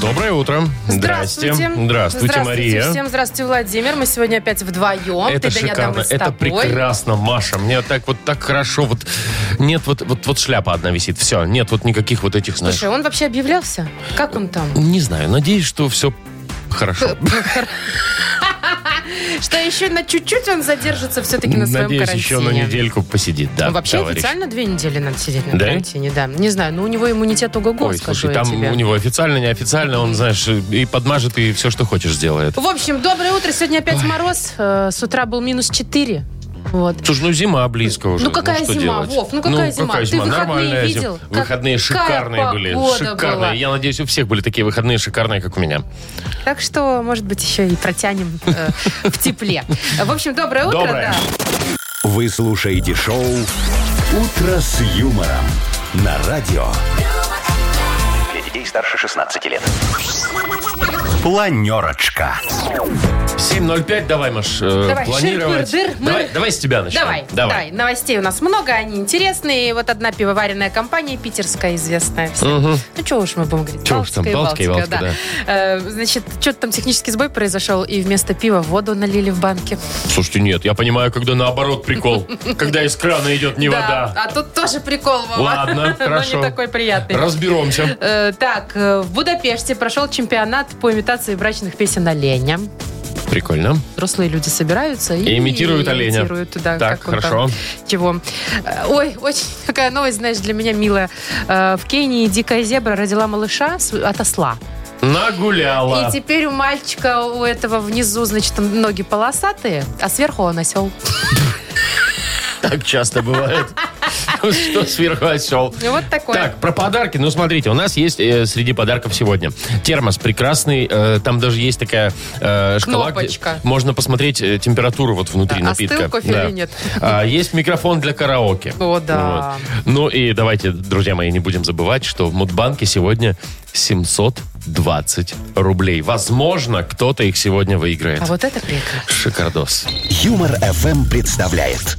Доброе утро. Здравствуйте. Здравствуйте, Здравствуйте Мария. Всем здравствуйте, Владимир. Мы сегодня опять вдвоем. Это Ты, Даня, шикарно, Адам, и с это тобой. прекрасно, Маша. Мне так вот так хорошо. Вот нет, вот вот вот шляпа одна висит. Все, нет вот никаких вот этих знаешь. Слушай, он вообще объявлялся? Как он там? Не знаю, надеюсь, что все хорошо. Что еще на чуть-чуть он задержится все-таки на своем надеюсь, карантине. еще на недельку посидит, да, Он вообще товарищ. официально две недели надо сидеть на Да? карантине, да. Не знаю, но у него иммунитет ого-го, Ой, скажу слушай, я там тебе. у него официально, неофициально, он, знаешь, и подмажет, и все, что хочешь, сделает. В общем, доброе утро. Сегодня опять мороз. Э, С утра был минус 4. Вот. Слушай, ну зима близко уже. Ну какая что зима, делать? Вов, ну какая зима? какая Ты выходные Нормальная зима. видел? Как- Выходные какая шикарные были. погода Шикарные. была? Я надеюсь, у всех были такие выходные шикарные, как у меня. Так что, может быть, еще и протянем э, в тепле. В общем, доброе утро. Доброе. да. Вы слушаете шоу «Утро с юмором» на радио. Для детей старше 16 лет. Планерочка. 7.05, давай, Маш, э, Давай, планировать. шир-пыр-дыр, мыр. давай, давай с тебя начнем. Давай, давай, Новостей у нас много, они интересные. И вот одна пивоваренная компания, питерская, известная. всем. Ну, чего уж мы будем говорить. Чего уж там, Балтика и Балтика, Э, значит, что-то там технический сбой произошел, и вместо пива воду налили в банке. Слушайте, нет, я понимаю, когда наоборот прикол. Когда из крана идет не вода. Да, а тут тоже прикол, Вова. Ладно, хорошо. Но не такой приятный. Разберемся. Э, так, э, в Будапеште прошел чемпионат по имитации брачных песен оленя. Прикольно. Взрослые люди собираются и, И имитируют оленя. имитируют, да, Так, как он там, хорошо. чего. Э, Ой, очень такая новость, знаешь, для меня милая. Э, В Кении дикая зебра родила малыша с- от осла. Нагуляла. И теперь у мальчика, у этого внизу, значит, там ноги полосатые, а сверху он осел. Так часто бывает. Ну Что сверху осел. И Вот такое. Так, про подарки. Ну, смотрите, у нас есть э, среди подарков сегодня термос прекрасный. э, там даже есть такая э, шкала, где Кнопочка. можно посмотреть э, температуру вот внутри Да, остыл напитка. кофе Да. или нет? А, есть микрофон для караоке. О, да. Вот. Ну и давайте, друзья мои, не будем забывать, что в Мудбанке сегодня 720 рублей. Возможно, кто-то их сегодня выиграет. А вот это прекрасно. Шикардос. Юмор FM представляет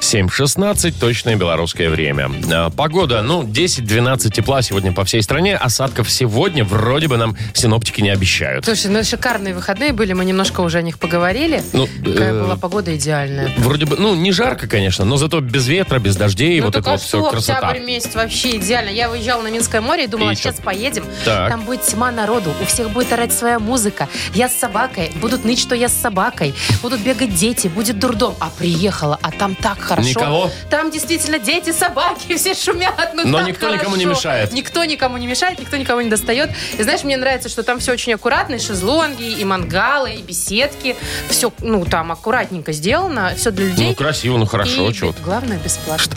7.16, точное белорусское время. А, Погода, ну, 10-12 тепла сегодня по всей стране. Осадков сегодня вроде бы нам синоптики не обещают. Слушай, ну шикарные выходные были, мы немножко уже о них поговорили. Ну, Какая э, была погода идеальная. Вроде бы, ну, не жарко, конечно, но зато без ветра, без дождей, вот так это а вот что, все красота. октябрь месяц вообще идеально. Я выезжала на Минское море и думала, И чё? сейчас поедем. Так. Там будет тьма народу, у всех будет орать своя музыка. Я с собакой, будут ныть, что я с собакой. Будут бегать дети, будет дурдом. А приехала, а там так хорошо. Никого? Там действительно дети, собаки, все шумят. ну Но так никто никому не хорошо. мешает. Никто никому не мешает, никто никого не достает. И знаешь, мне нравится, что там все очень аккуратно, и шезлонги, и мангалы, и беседки. Все, ну, там аккуратненько сделано, все для людей. Ну, красиво, ну, хорошо, И чего Главное, бесплатно.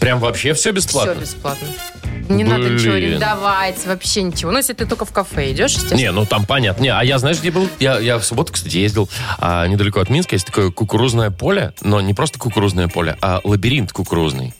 Прям вообще все бесплатно? Все бесплатно. Не надо Блин. ничего арендовать, вообще ничего. Ну, если ты только в кафе идешь, естественно. Не, ну там понятно. Не, а я, знаешь, где был? Я, я в субботу, кстати, ездил а, недалеко от Минска. Есть такое кукурузное поле, но не просто кукурузное поле, а лабиринт кукурузный.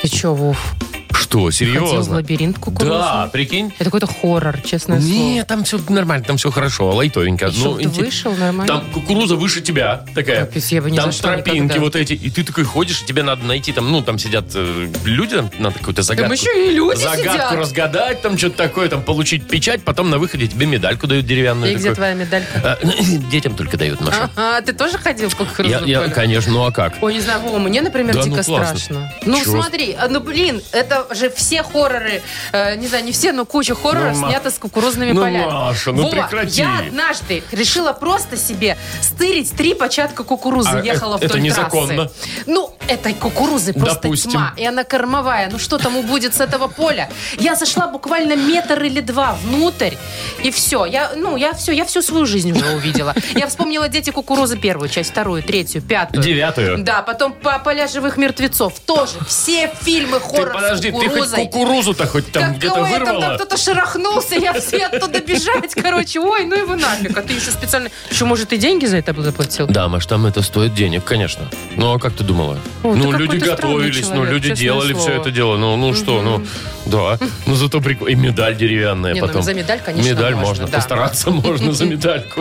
Ты че, Вов, Что, ходил в серьезно? лабиринт кукурузный? Да, прикинь. Это какой-то хоррор, честное Не, там все нормально, там все хорошо, лайтовенько. Ну, слово. Чтоб ты инте- вышел нормально. Там кукуруза выше тебя такая. Капец, я бы ни там за что тропинки никогда. вот эти. И ты такой ходишь, и тебе надо найти там, ну, там сидят э, люди, там надо какую-то загадку. еще и люди загадку сидят. разгадать, там что-то такое, там получить печать, потом на выходе тебе медальку дают деревянную. И где такую. твоя медалька? А, Детям только дают, Маша. А, ты тоже ходил в Я, кукурузную я, поле? конечно, ну а как? Ой, не знаю, Вова, мне, например, Да ну дико классно. страшно. Ну, Чего? смотри, а, ну, блин, это же все хорроры, э, не знаю, не все, но куча хорроров Ну, Ма- снята с кукурузными Ну, полями. Маша, ну Вова, прекрати. я однажды решила просто себе стырить три початка кукурузы, А, ехала э, это вдоль незаконно. трассы. Ну, этой кукурузы просто Допустим. тьма, и она кормовая, ну что там убудет с этого поля? Я зашла буквально метр или два внутрь, и все, я, ну, я все, я всю свою жизнь уже увидела. Я вспомнила «Дети кукурузы» первую часть, вторую, третью, пятую. Девятую. Да, потом по поля живых мертвецов тоже. Все фильмы Ты хоррор. с подожди, ты хоть кукурузой. кукурузу-то хоть там где-то Какое там, там вырвала. кто-то шарахнулся, я все оттуда бежать, короче. Ой, ну его нафиг. А ты еще специально... Еще, может, и деньги за это заплатил? Да, Маш, там это стоит денег, конечно. Ну, а как ты думала? О, ты ну, какой-то люди странный готовились, ну, человек, люди честное делали все слово. это дело. Ну, ну что, ну, да. Ну, зато прикольно. И медаль деревянная Не, ну, потом. за медаль, конечно, Медаль можно, можно, да. постараться можно за медальку.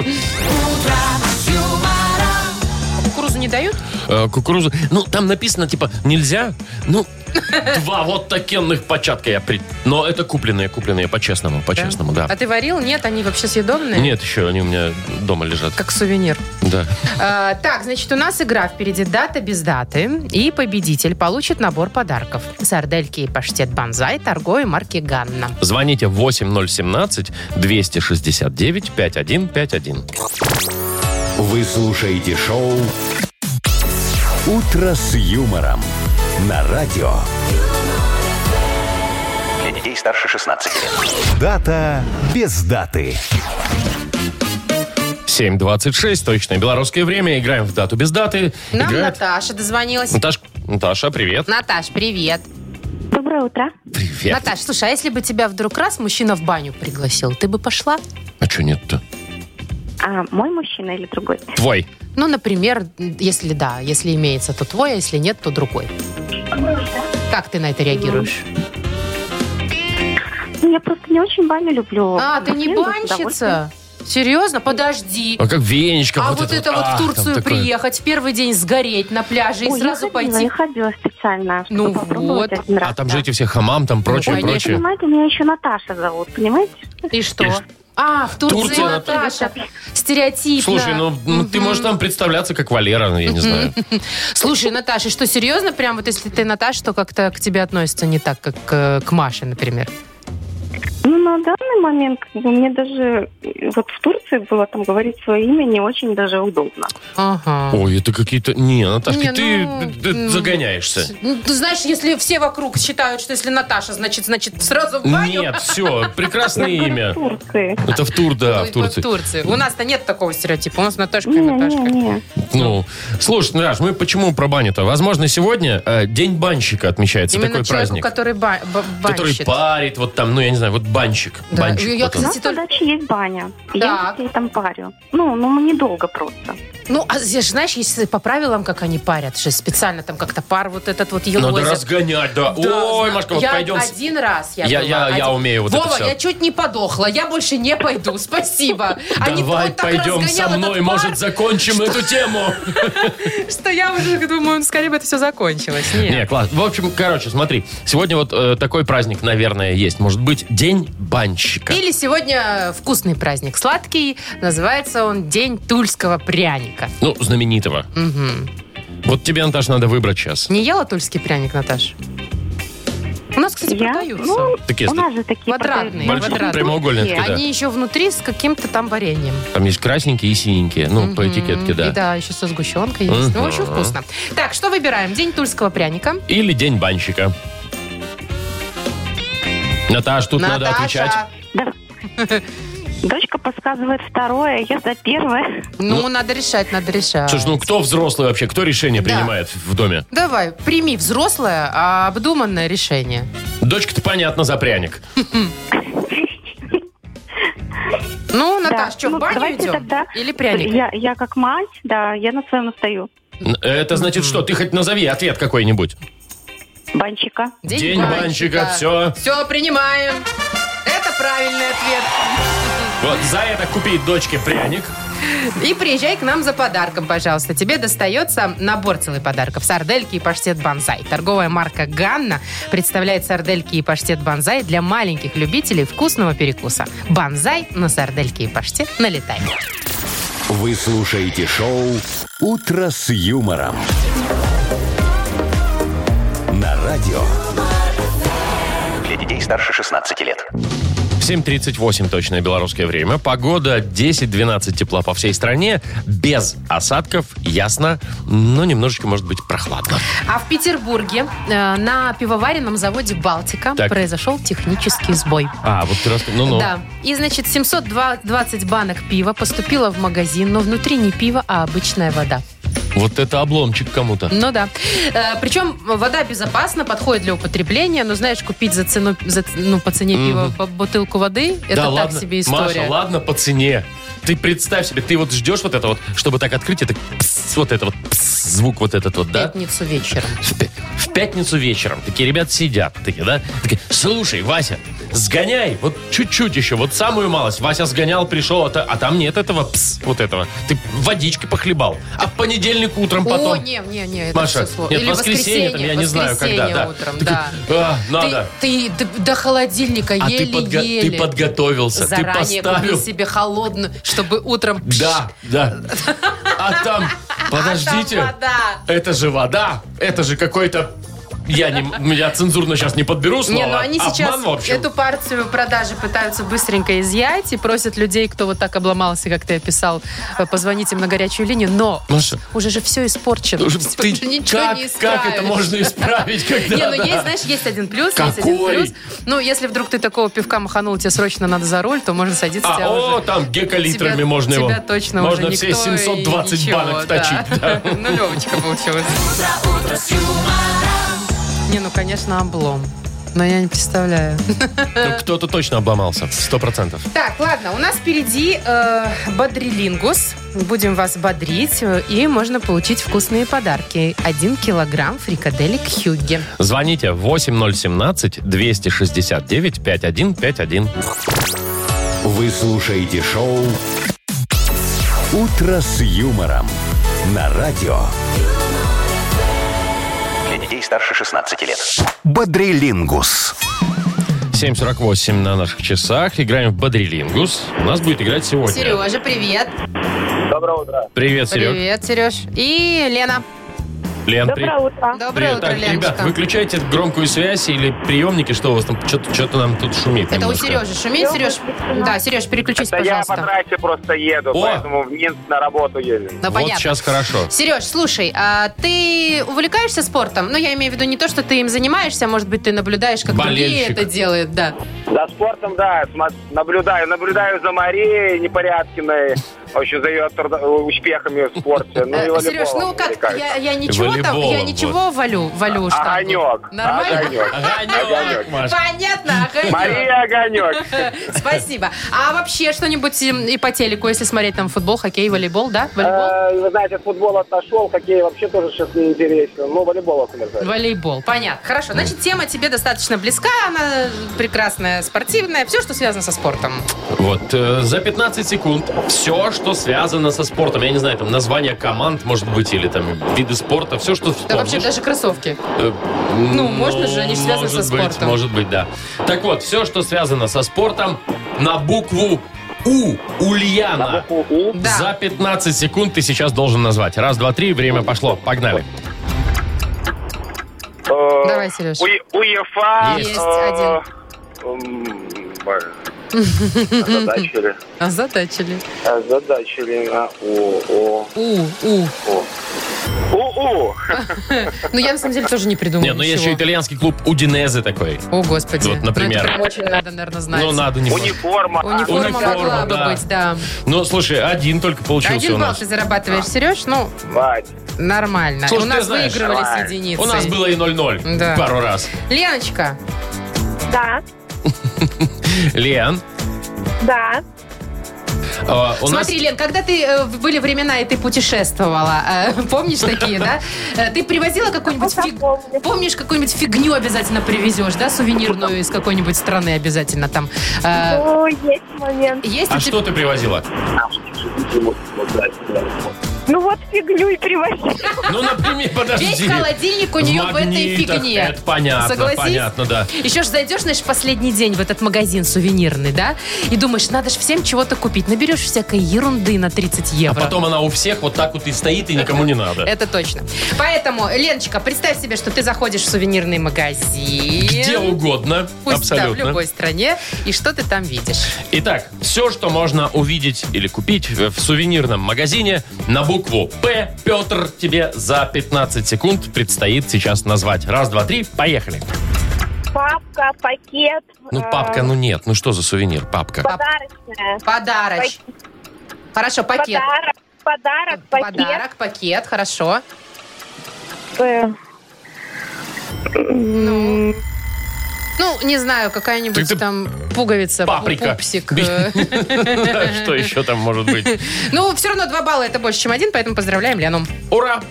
А Кукурузу не дают? Э, Кукурузу. Ну, там написано, типа, нельзя. Ну, два вот такенных початка я при... Но это купленные, купленные, по-честному, по-честному, да. А ты варил? Нет, они вообще съедобные? Нет, еще они у меня дома лежат. Как сувенир. Да. А, так, значит, у нас игра впереди дата без даты. И победитель получит набор подарков. Сардельки и паштет банзай торговой марки Ганна. Звоните 8017-269-5151. Вы слушаете шоу «Утро с юмором» на радио. Для детей старше 16 лет. Дата без даты. 7.26, точное белорусское время. Играем в дату без даты. Нам Играет Наташа дозвонилась. Наташ... Наташа, привет. Наташ, привет. Доброе утро. Привет. Наташ, слушай, а если бы тебя вдруг раз мужчина в баню пригласил, ты бы пошла? А что нет-то? А мой мужчина или другой? Твой. Ну, например, если да, если имеется, то твой, а если нет, то другой. Как ты на это реагируешь? Ну, я просто не очень баню люблю. А, ты не Мужчин бы с удовольствием. банщица? Серьезно? Подожди. А как венечка. А вот это вот в а, там Турцию такое. приехать, в первый день сгореть на пляже и Ой, сразу я ходила, пойти. Я ходила специально, чтобы Ну попробовать вот. один раз. А там да. же эти все хамам, там прочее, Ну, конечно. прочее. Понимаете, меня еще Наташа зовут, понимаете? И что? А, в Турции Турция, Наташа. Стереотипно. Слушай, ну, ну, ты можешь там представляться как Валера, ну, я не знаю. Слушай, Наташа, что, серьезно? Прям вот если ты Наташа, то как-то к тебе относятся не так, как э, к Маше, например. Ну, на данный момент как бы, мне даже э, вот в Турции было там говорить свое имя не очень даже удобно. Ага. Ой, это какие-то... Не, Наташка, Не, ты ну, э, э, м. загоняешься. Ну, ты знаешь, если все вокруг считают, что если Наташа, значит, значит, сразу в баню. Нет, все, прекрасное Ну, имя. В Турции. Э, Это в тур, да, в Ой, вот Турции. У нас-то нет такого стереотипа. У нас Наташка и Не, Наташка. не, не. Ну, слушай, Наташ, мы почему про баню-то? Возможно, сегодня э, День банщика отмечается, Именно такой человеку, праздник. который ба- ба- Который банщит. парит, вот там, ну, я не знаю, вот банщик. Да, банщик я, вот У он. кстати, нас Кстати, на только- даче есть баня. И Я Так. детей там парю. Ну, ну, мы недолго просто. Ну, а здесь, же, знаешь, если по правилам, как они парят, что специально там как-то пар вот этот вот елозит. Надо разгонять, Ну, да. Ой, зна- Машка, вот я пойдем. с- один раз я Я- была, я- я один- умею вот Вова, это всё. я чуть не подохла, я больше не пойду, спасибо. Они Давай вот так пойдем со разгонял этот мной, пар, может, закончим эту тему. Что я уже думаю, ну, скорее бы это все закончилось. Нет. Не, класс. В общем, короче, смотри, сегодня вот э, такой праздник, наверное, есть. Может быть, День банщика. Или сегодня вкусный праздник сладкий, называется он День тульского пряника. Ну, знаменитого. Мгм. Вот тебе, Наташ, надо выбрать сейчас. Не ела тульский пряник, Наташ? У нас, кстати, Я? продаются. Ну, Такие у нас же такие Квадратные, продаются. Большие, квадратные. прямоугольные Турции. такие, да. Они еще внутри с каким-то там вареньем. Там есть красненькие и синенькие. Ну, по Мгм. этикетке, И да, еще со сгущенкой есть. Ну, Мгм. очень вкусно. Так, что выбираем? День тульского пряника. Или День банщика. Наташ, тут надо Наташа. отвечать. Дочка подсказывает второе, я за первое. Ну, надо решать, надо решать. Слушай, ну кто взрослый вообще? Кто решение Да. принимает в доме? Давай, прими взрослое, а обдуманное решение. Дочка-то, понятно, за пряник. Ну, Наташ, Да. что, Ну, в баню давайте идем? тогда Или пряник? Я, я как мать, да, я на своем настаю. Н- Это значит что? Ты хоть назови ответ какой-нибудь. Банчика. День банщика, всё. Все, принимаем. Это правильный ответ. Вот за это купи дочке пряник. И приезжай к нам за подарком, пожалуйста. Тебе достается набор целых подарков. Сардельки и паштет банзай. Торговая марка «Ганна» представляет сардельки и паштет банзай для маленьких любителей вкусного перекуса. Банзай на сардельки и паштет налетай. Вы слушаете шоу «Утро с юмором» на радио. Для детей старше 16 лет. 7.38 точное белорусское время. Погода 10-12 тепла по всей стране. Без осадков, ясно. Но немножечко, может быть, прохладно. А в Петербурге э, на пивоваренном заводе «Балтика» Так. произошел технический сбой. А, вот ты рассказывал. Ну-ну. Да. И, значит, 720 банок пива поступило в магазин, но внутри не пиво, а обычная вода. Вот это обломчик кому-то. Ну да. Э, Причем вода безопасна, подходит для употребления, но знаешь, купить за цену, за, ну, по цене пива по- бутылку воды, это да так ладно. себе история. Маша, ладно по цене. Ты представь себе, ты вот ждешь вот это вот, чтобы так открыть, это пс, вот это вот пс, звук вот этот вот, В да? Пятницу вечером. В, пя- в пятницу вечером такие ребят сидят, такие, да? Такие, слушай, Вася, сгоняй, вот чуть-чуть еще, вот самую малость. Вася сгонял, пришел, а, та- а там нет этого, пс, вот этого. Ты водички похлебал, а в понедельник утром потом... О, не, не, не, это Маша, все сложно. нет, Или воскресенье, там, я не знаю, когда, воскресенье да. утром, Ты да. такой, «А, надо. Ты, ты до холодильника А ты, подго- еле-еле. ты подготовился, Заранее ты поставил. купи себе холодную, чтобы утром... пш, Да, да. А там, подождите, а там вода. это же вода, это же какой-то... Я, не, я цензурно сейчас не подберу слово. Не, ну они сейчас Обман, в общем. эту партию продажи пытаются быстренько изъять и просят людей, кто вот так обломался, как ты описал, э, позвонить им на горячую линию. Но Маша. уже же все испорчено. Уже Ну, ты Уже Типа, ничего как, не как это исправишь. можно исправить, когда... Не, ну да? есть, знаешь, есть один плюс, есть один Какой? плюс. Ну, если вдруг ты такого пивка маханул, тебе срочно надо за руль, то можно садиться. А, тебя о, уже- там гекалитрами тебя- можно его. тебя точно можно уже все никто и 720 ничего, банок да. вточить. да. Ну, Левочка получилось. Не, ну, конечно, облом. Но я не представляю. Ну, Кто-то точно обломался, сто процентов. Так, ладно, у нас впереди э, бодрилингус. Будем вас бодрить, э, и можно получить вкусные подарки. Один килограмм фрикаделек Хюгге. Звоните 8017-269-5151. Вы слушаете шоу «Утро с юмором» на радио Для детей старше 16 лет. «Бодрилингус». 7.48 на наших часах. Играем в Бодрилингус. У нас будет играть сегодня. Сережа, привет. Привет, Серег. Привет, Сереж. И Лена. Лен, при- Доброе утро. Доброе Привет. утро, Так, Леночка. ребят, выключайте громкую связь или приемники, что у вас там, что-то нам тут шумит Это у немножко. Сережи. Шумит, Сереж? Да, Сереж, переключись, Да я по пожалуйста. трассе просто еду, О! поэтому в Минск на работу еду. Ну, вот понятно. сейчас хорошо. Сереж, слушай, а ты увлекаешься спортом? Ну, я имею в виду не то, что ты им занимаешься, а может быть, ты наблюдаешь, как другие Болельщик. это делают, да. За спортом, да, смо- наблюдаю. Наблюдаю за Марией Непорядкиной, в общем, за ее трудо- успехами в спорте. Ну, и Э, Сереж, волейболом ну как, увлекаюсь. я, я ничего там, я Волейболом, ничего валю, валю штангу. Огонек. Нормально? Огонек. Огонек, Маш. Понятно, огонек. Мария Огонек. Спасибо. А вообще что-нибудь им и по телеку, если смотреть там футбол, хоккей, волейбол, да? Волейбол? Э, Вы знаете, футбол отошел, хоккей вообще тоже сейчас не интересен. Ну, волейбол отмерзает. Волейбол, понятно. Хорошо, значит, тема тебе достаточно близка, она прекрасная, спортивная, все, что связано со спортом. Вот, э, за 15 секунд все, что связано со спортом. Я не знаю, там название команд, может быть, или там виды спорта, все, что Да вообще вспомнишь. даже кроссовки. Э, Ну, можно же, они же связаны может со быть, спортом. Может быть, да. Так вот, все, что связано со спортом, на букву У. Ульяна. У-у. Да. За 15 секунд ты сейчас должен назвать. Раз, два, три, время пошло. Погнали. Э, Давай, Сереж. Уе- УЕФА. Есть э, м, боже. Озадачили. А задачили. Озадачили. а, о, о, У, у. о. У-у. Ну, я на самом деле тоже не придумала Нет, ну есть ничего. еще итальянский клуб Удинезе такой. О, господи. Вот, например. Ну, это прям очень надо, наверное, знать. Ну, надо не Униформа. Униформа, Униформа, могла да. бы быть, да. Ну, слушай, один только получился Один у балл нас. ты зарабатываешь, Сереж, ну, Бать. нормально. Слушай, у ты нас знаешь, выигрывались давай. единицы. У нас было и 0-0 Да. пару раз. Леночка, Да, Лен, да. э, у нас... смотри, Лен, когда ты э, в- были времена и ты путешествовала, э, помнишь такие, да? Э, Ты привозила какую-нибудь Ну, фиг- запомню. Помнишь, какую-нибудь фигню обязательно привезешь, да, сувенирную из какой-нибудь страны обязательно там. Э, О, Ну, есть момент. Есть А у тебя- что ты привозила? Ну вот фиглю и привозил. Ну, например, Весь подожди. холодильник у нее в этой магнитах, фигне. Это понятно, Согласись? понятно, да. Еще ж зайдешь, знаешь, в последний день в этот магазин сувенирный, да? И думаешь, надо же всем чего-то купить. Наберешь всякой ерунды на 30 А евро. потом она у всех вот так вот и стоит, и никому не надо. Это точно. Поэтому, Леночка, представь себе, что ты заходишь в сувенирный магазин. Где угодно, Пусть да, в абсолютно. любой стране. И что ты там видишь? Итак, все, что можно увидеть или купить в в сувенирном магазине на букву «П», Петр, тебе за 15 секунд предстоит сейчас назвать. Раз, два, три, поехали. Папка, пакет. Ну, э, папка, ну нет, ну что за сувенир, папка? Подарочная. Подарочек. Хорошо, пакет. Подарок. подарок, пакет. Подарок, пакет, хорошо. э, Ну, не знаю, какая-нибудь Ты- ты- там пуговица, Паприка. пупсик. э. Да, Что еще там может быть? Ну, все равно два балла это больше, чем один, поэтому поздравляем Лену. Ура!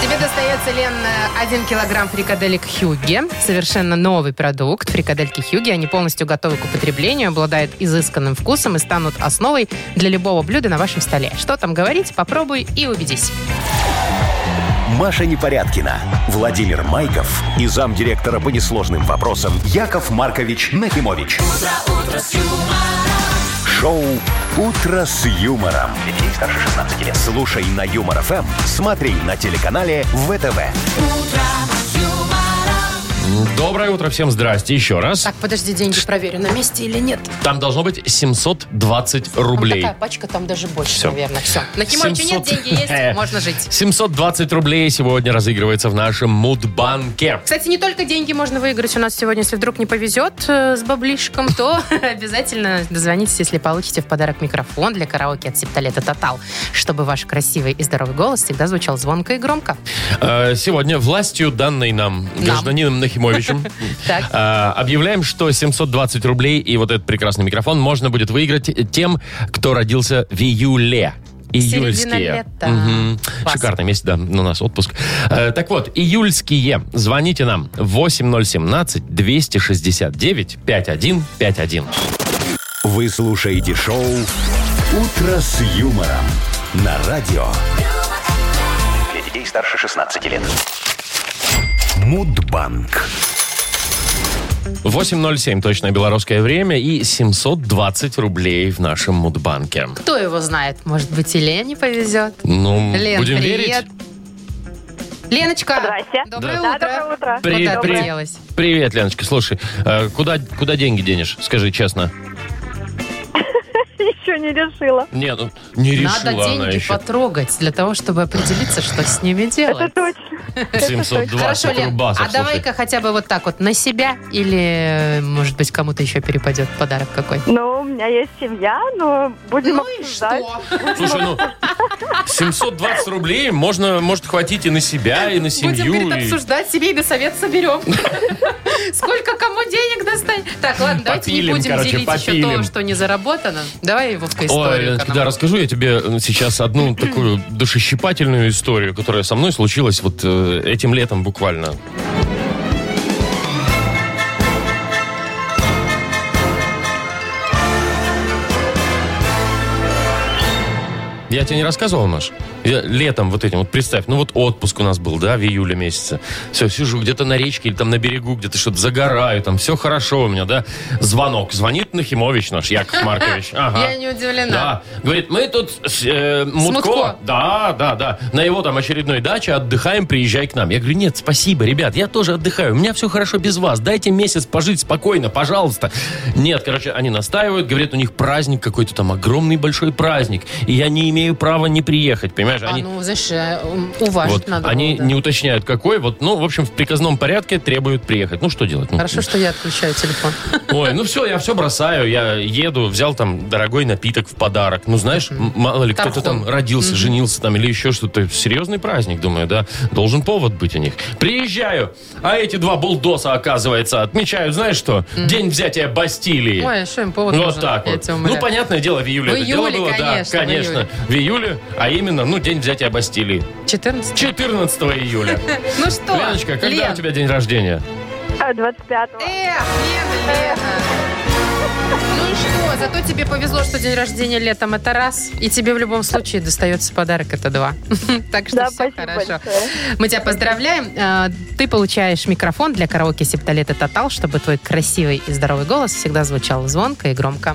Тебе достается, Лен, один килограмм фрикаделек Хьюги. Совершенно новый продукт. Фрикадельки Хьюги, они полностью готовы к употреблению, обладают изысканным вкусом и станут основой для любого блюда на вашем столе. Что там говорить, попробуй и убедись. Маша Непорядкина, Владимир Майков и замдиректора по несложным вопросам Яков Маркович Нахимович. Шоу Утро с юмором. Детей старше 16 лет. Слушай на юмор ФМ, смотри на телеканале ВТВ. Доброе утро, всем здрасте еще раз. Так, подожди, деньги проверю, на месте или нет. Там должно быть 720 рублей. такая пачка, там даже больше, Всё. наверное. Все. На Кимовиче нет, 700. деньги есть, можно жить. 720 рублей сегодня разыгрывается в нашем мудбанке. Кстати, не только деньги можно выиграть у нас сегодня, если вдруг не повезет э, с баблишком, то обязательно дозвонитесь, если получите в подарок микрофон для караоке от Септалета Тотал, чтобы ваш красивый и здоровый голос всегда звучал звонко и громко. Э, Сегодня властью, данной нам, гражданином Нахимовичем, Так. э, объявляем, что 720 рублей и вот этот прекрасный микрофон можно будет выиграть тем, кто родился в июле. Середина Июльские. лета. Мгм. Класс. Шикарный месяц, да, у нас отпуск. Э, так вот, июльские. Звоните нам 8017-269-5151. Вы слушаете шоу Утро с юмором на радио Для детей старше 16 лет. Мудбанк. 8.07, точное белорусское время, и 720 рублей в нашем мудбанке. Кто его знает, может быть, и Лене повезет. Ну, Лен, будем привет. верить. Леночка, Здрасте. доброе Да, утро. доброе утро. Привет, Куда ты привет. делась? Привет, Леночка. Слушай, э, куда, куда деньги денешь? Скажи честно. Еще не решила. Нет, ну, не решила Надо она деньги еще. потрогать для того, чтобы определиться, что с ними Это делать. точно. 720 Хорошо, Лен, рубасов, а слушай. давай-ка хотя бы вот так вот на себя или, может быть, кому-то еще перепадет подарок какой. Но Ну, у меня есть семья, но будем Ну обсуждать. Слушай, ну, 720 рублей можно, может хватить и на себя, и на семью. Будем, говорит, и- обсуждать, себе совет соберем. Сколько кому денег достать? Так, ладно, давайте не Попилим, будем короче, делить еще попилим. то, что не заработано. Давай, Вовка, Ой, историю. Леночка, к нам. да, расскажу я тебе э, сейчас одну такую душещипательную историю, которая со мной случилась вот э, этим летом буквально. Я тебе не рассказывал, Маш? Я летом вот этим, вот представь, ну вот отпуск у нас был, да, в июле месяце. Все, сижу где-то на речке или там на берегу, где-то что-то загораю, там все хорошо у меня, да. Звонок. Звонит Нахимович наш, Яков Маркович. Ага. Я не удивлена. Да, говорит, мы тут с, э, Мутко, Мутко. да, да, да, на его там очередной даче отдыхаем, приезжай к нам. Я говорю, нет, спасибо, ребят, я тоже отдыхаю, у меня все хорошо без вас, дайте месяц пожить спокойно, пожалуйста. Нет, короче, они настаивают, говорят, у них праздник какой-то там, огромный большой праздник, и я не имею права не приехать, понимаешь? А Они, ну, знаешь, э, ум- уважить вот, надо. они было, да. не уточняют, какой, вот, ну, в общем, в приказном порядке требуют приехать. Ну, что делать? Ну, Хорошо, что я отключаю телефон. Ой, ну все, я все бросаю, я еду, взял там дорогой напиток в подарок. Ну, знаешь, м- мало ли, кто-то Тархун. там родился, женился там или еще что-то. Серьезный праздник, думаю, да? Должен повод быть у них. Приезжаю, а эти два булдоса, оказывается, отмечают, знаешь что? День взятия Бастилии. Ой, а что им повод Ну, вот нужен? так Я вот. тебя умоляю. Ну, понятное дело, в июле В это дело июле, было, конечно, да, в конечно. В июле, а именно, ну, день взятия Бастилии. 14? 14 июля. Ну что, Леночка, когда Лен? у тебя день рождения? А, 25-го. Эх, Лена, Лена. Ну и что, зато тебе повезло, что день рождения летом это раз, и тебе в любом случае достается подарок это два. Так что Да, все спасибо хорошо. большое. Мы тебя поздравляем. Э, Ты получаешь микрофон для караоке Септолета Тотал, чтобы твой красивый и здоровый голос всегда звучал звонко и громко.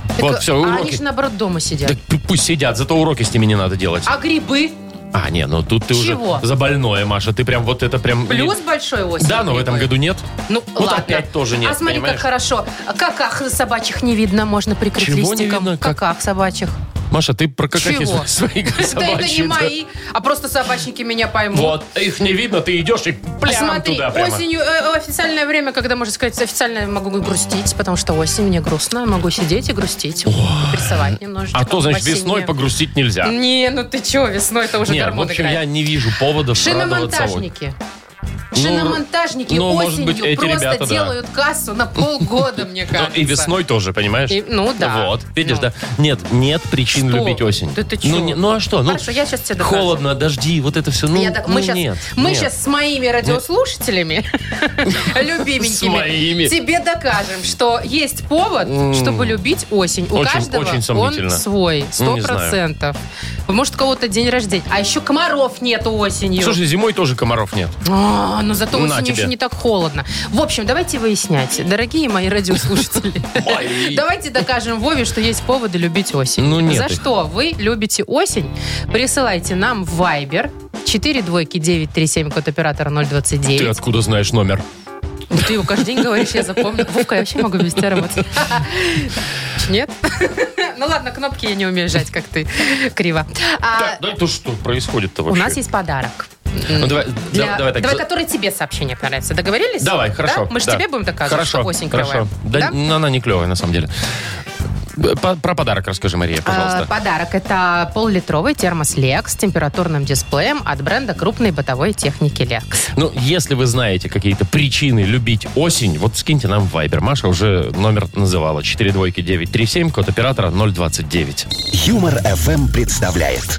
Так, Вот, все, а они уроки. же, наоборот, дома сидят. Так пу- пусть сидят, зато уроки с ними не надо делать. А грибы? А, не, ну тут ты Чего? уже за больное, Маша. Ты прям вот это прям... Плюс большой осень. Да, но в этом грибы. году нет. Ну, Вот ладно. опять тоже нет, А смотри, понимаешь? как хорошо. Каках собачьих не видно, можно прикрыть Чего не листиком. видно? Как- Каках собачьих. Маша, ты про какахи Чего? свои Да это не собачьи, да. мои, а просто собачники меня поймут. Вот, их не видно, ты идешь и плям Смотри, туда прямо. осенью э, официальное время, когда можно сказать, официально я могу грустить, потому что осень мне грустно, я могу сидеть и грустить, рисовать немножечко. А то, значит, в бассейне. весной погрустить нельзя. Не, ну ты чего, весной это уже Нет, в гормоны общем, я играют. не вижу поводов радоваться. вот. Шиномонтажники. Ну, Шиномонтажники ну, может осенью быть, эти просто ребята, да. делают кассу на полгода, мне Ну, кажется. и весной тоже, понимаешь? И- ну да. Вот, видишь, Ну. да. Нет, нет причин Что? любить осень. Да ты ну, чё? не- ну а что? Ну, Хорошо, я щас тебе докажу. Холодно, дожди, вот это все. Ну, Я так- мы ну, сейчас, нет. мы нет. сейчас с моими радиослушателями, любименькими, С моими. тебе докажем, что есть повод, чтобы любить осень. У Очень- каждого очень он сомнительно. свой, Ну, сто не знаю. процентов. Может, у кого-то день рождения. А еще комаров нету осенью. Слушай, зимой тоже комаров нет. А, ну зато На осенью тебе. еще не так холодно. В общем, давайте выяснять, дорогие мои радиослушатели. Мои. Давайте докажем Вове, что есть поводы любить осень. Ну, нет За их. что вы любите осень? Присылайте нам в Viber 4 двойки 937 код оператора Ты 029. откуда знаешь номер? Ну, Ты его каждый день говоришь, я запомню. Вовка, я вообще могу без тебя работать. Нет? Ну ладно, кнопки я не умею жать, как ты. Криво. А, Так, да это что происходит-то У вообще? нас есть подарок. Ну, давай, Для- да- давай так. за- который тебе сообщение понравится. Договорились? Давай, Да? хорошо. Мы же да. тебе будем доказывать, хорошо, что осень хорошо. клевая. Да, Да? ну, она не клевая, на самом деле. Э, По- про подарок расскажи, Мария, А, пожалуйста. Подарок – это поллитровый термос Lex с температурным дисплеем от бренда крупной бытовой техники Lex. Ну, если вы знаете какие-то причины любить осень, вот скиньте нам в Viber. Маша уже номер называла. 42937, код оператора 029. Юмор FM представляет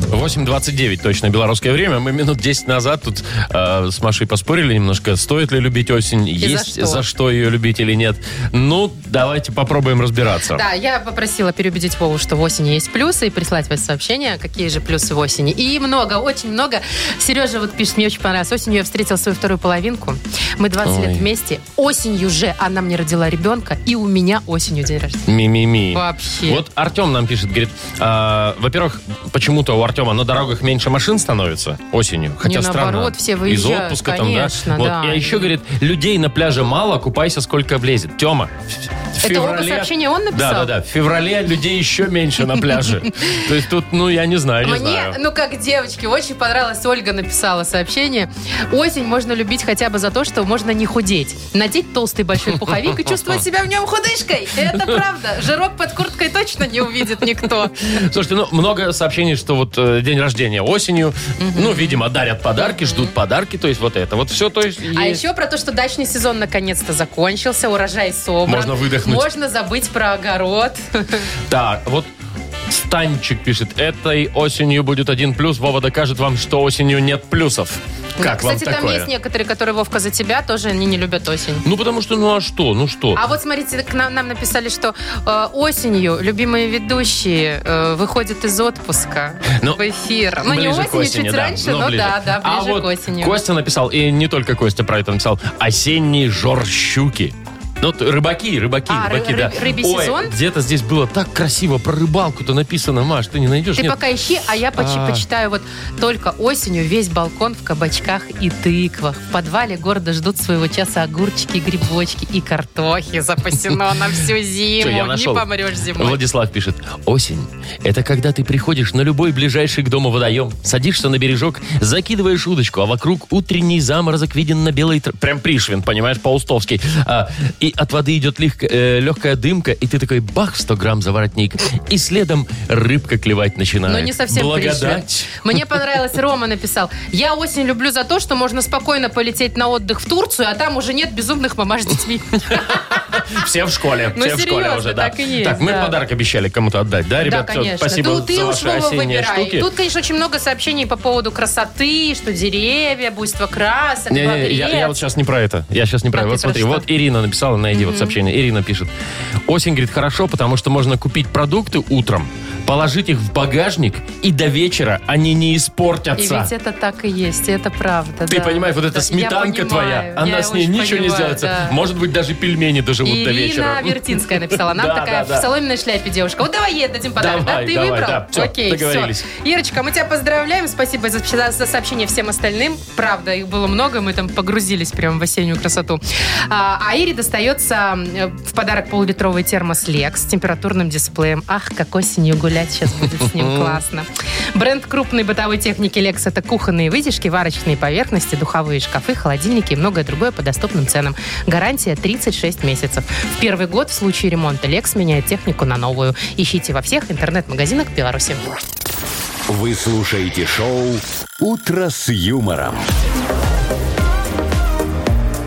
8.29 точно белорусское время. Мы минут 10 назад тут э, с Машей поспорили немножко, стоит ли любить осень, за есть что? ее любить или нет. Ну, давайте попробуем разбираться. Да, я попросила переубедить Вову, что в осени есть плюсы, и прислать вас сообщение, какие же плюсы в осени. И много, очень много. Сережа вот пишет, мне очень понравилось. Осенью я встретил свою вторую половинку. Мы 20 Ой. лет вместе. Осенью же она мне родила ребенка, и у меня осенью день рождения. Ми-ми-ми. Вообще. Вот Артем нам пишет, говорит, а, во-первых, почему-то у Артема на дорогах меньше машин становится осенью. Хотя Не, странно. наоборот, все выезжают, Из отпуска конечно, там, да? да. Вот. И еще, говорит, людей на пляже мало, купайся сколько влезет. Тема, в Это оба сообщения он написал? Да-да-да, в феврале людей еще меньше на пляже. То есть тут, ну, я не знаю, не Мне, знаю. ну как девочке, очень понравилось. Ольга написала сообщение. Осень можно любить хотя бы за то, что можно не худеть. Надеть толстый большой пуховик и чувствовать себя в нем худышкой. Это правда. Жирок под курткой точно не увидит никто. Слушайте, ну, много сообщений, что вот э, день рождения осенью. Ну, видимо, дарят подарки, ждут подарки. То есть вот это вот все, то есть А есть. еще про то, что дачный сезон наконец-то закончился, урожай собран. Можно выдохнуть. Можно забыть про огород. Так, вот Станчик пишет, этой осенью будет один плюс. Вова докажет вам, что осенью нет плюсов. Как вам Кстати, там такое? есть некоторые, которые, Вовка, за тебя тоже они не любят осень. Ну, потому что, ну а что, ну что? А вот смотрите, к нам, нам написали, что э, осенью любимые ведущие э, выходят из отпуска Ну, в эфир. Ну, не Ближе к осенью, осени, чуть да, раньше, но, ближе. да, да, ближе а к вот осени. Костя написал, и не только Костя про это написал, осенние жорщуки. Ну, т- рыбаки, рыбаки, А, ры- рыбаки, да. ры- рыбий Ой, сезон? где-то здесь было так красиво, про рыбалку-то написано, Маш, ты не найдешь? Ты Нет. пока ищи, а я поч- А. почитаю вот только осенью весь балкон в кабачках и тыквах. В подвале города ждут своего часа огурчики, грибочки и картохи запасено на всю Всё, я зиму. Не нашел. помрешь зимой. Владислав пишет, осень – это когда ты приходишь на любой ближайший к дому водоем, садишься на бережок, закидываешь удочку, а вокруг утренний заморозок виден на белой тр- Прям Пришвин, понимаешь, по-устовски. А, и, и от воды идет легк- э, легкая дымка, и ты такой бах, 100 грамм за воротник, и следом рыбка клевать начинает. Но Ну, не совсем Благодать. пришло. Мне понравилось, Рома написал. Я осень люблю за то, что можно спокойно полететь на отдых в Турцию, а там уже нет безумных мамаш с детьми. Все в школе, Ну, все в школе серьезно, уже, да. так и есть, Так, мы да. подарок обещали кому-то отдать, да, Да, ребят? конечно. Спасибо ну, ты за уж, ваши Вова, осенние выбирай. штуки. Тут, конечно, очень много сообщений по поводу красоты, что деревья, буйство красок, Не, не, багрец. я, я вот сейчас не про это. Я сейчас не про А это. ты Вот про смотри, что? вот Ирина написала, найди вот сообщение. Ирина пишет. Осень, говорит, хорошо, потому что можно купить продукты утром, положить их в багажник, и до вечера они не И испортятся. ведь это так и есть, и это правда. Ты да. понимаешь, вот эта Да, я сметанка понимаю, твоя, она я с ней очень ничего не понимаю, сделается. да. Может быть, даже пельмени доживут до вечера. Ирина Вертинская написала. Нам Да, такая да, да. в соломенной шляпе девушка. Вот давай ей дадим подарок. Да, Давай, ты давай, выбрал? да. Всё, Окей, договорились. все. Ирочка, мы тебя поздравляем. Спасибо за, за сообщение всем остальным. Правда, их было много. Мы там погрузились прям в осеннюю красоту. А, а Ире достается э, в подарок полулитровый термос Lex с температурным дисплеем. Ах, как осенью гулять сейчас будет с ним. Классно. Бренд крупной бытовой техники Lex это кухонные вытяжки, варочные поверхности, духовые шкафы, холодильники и многое другое по доступным ценам. Гарантия 36 месяцев. В первый год в случае ремонта Lex меняет технику на новую. Ищите во всех интернет-магазинах Беларуси. Вы слушаете шоу «Утро с юмором».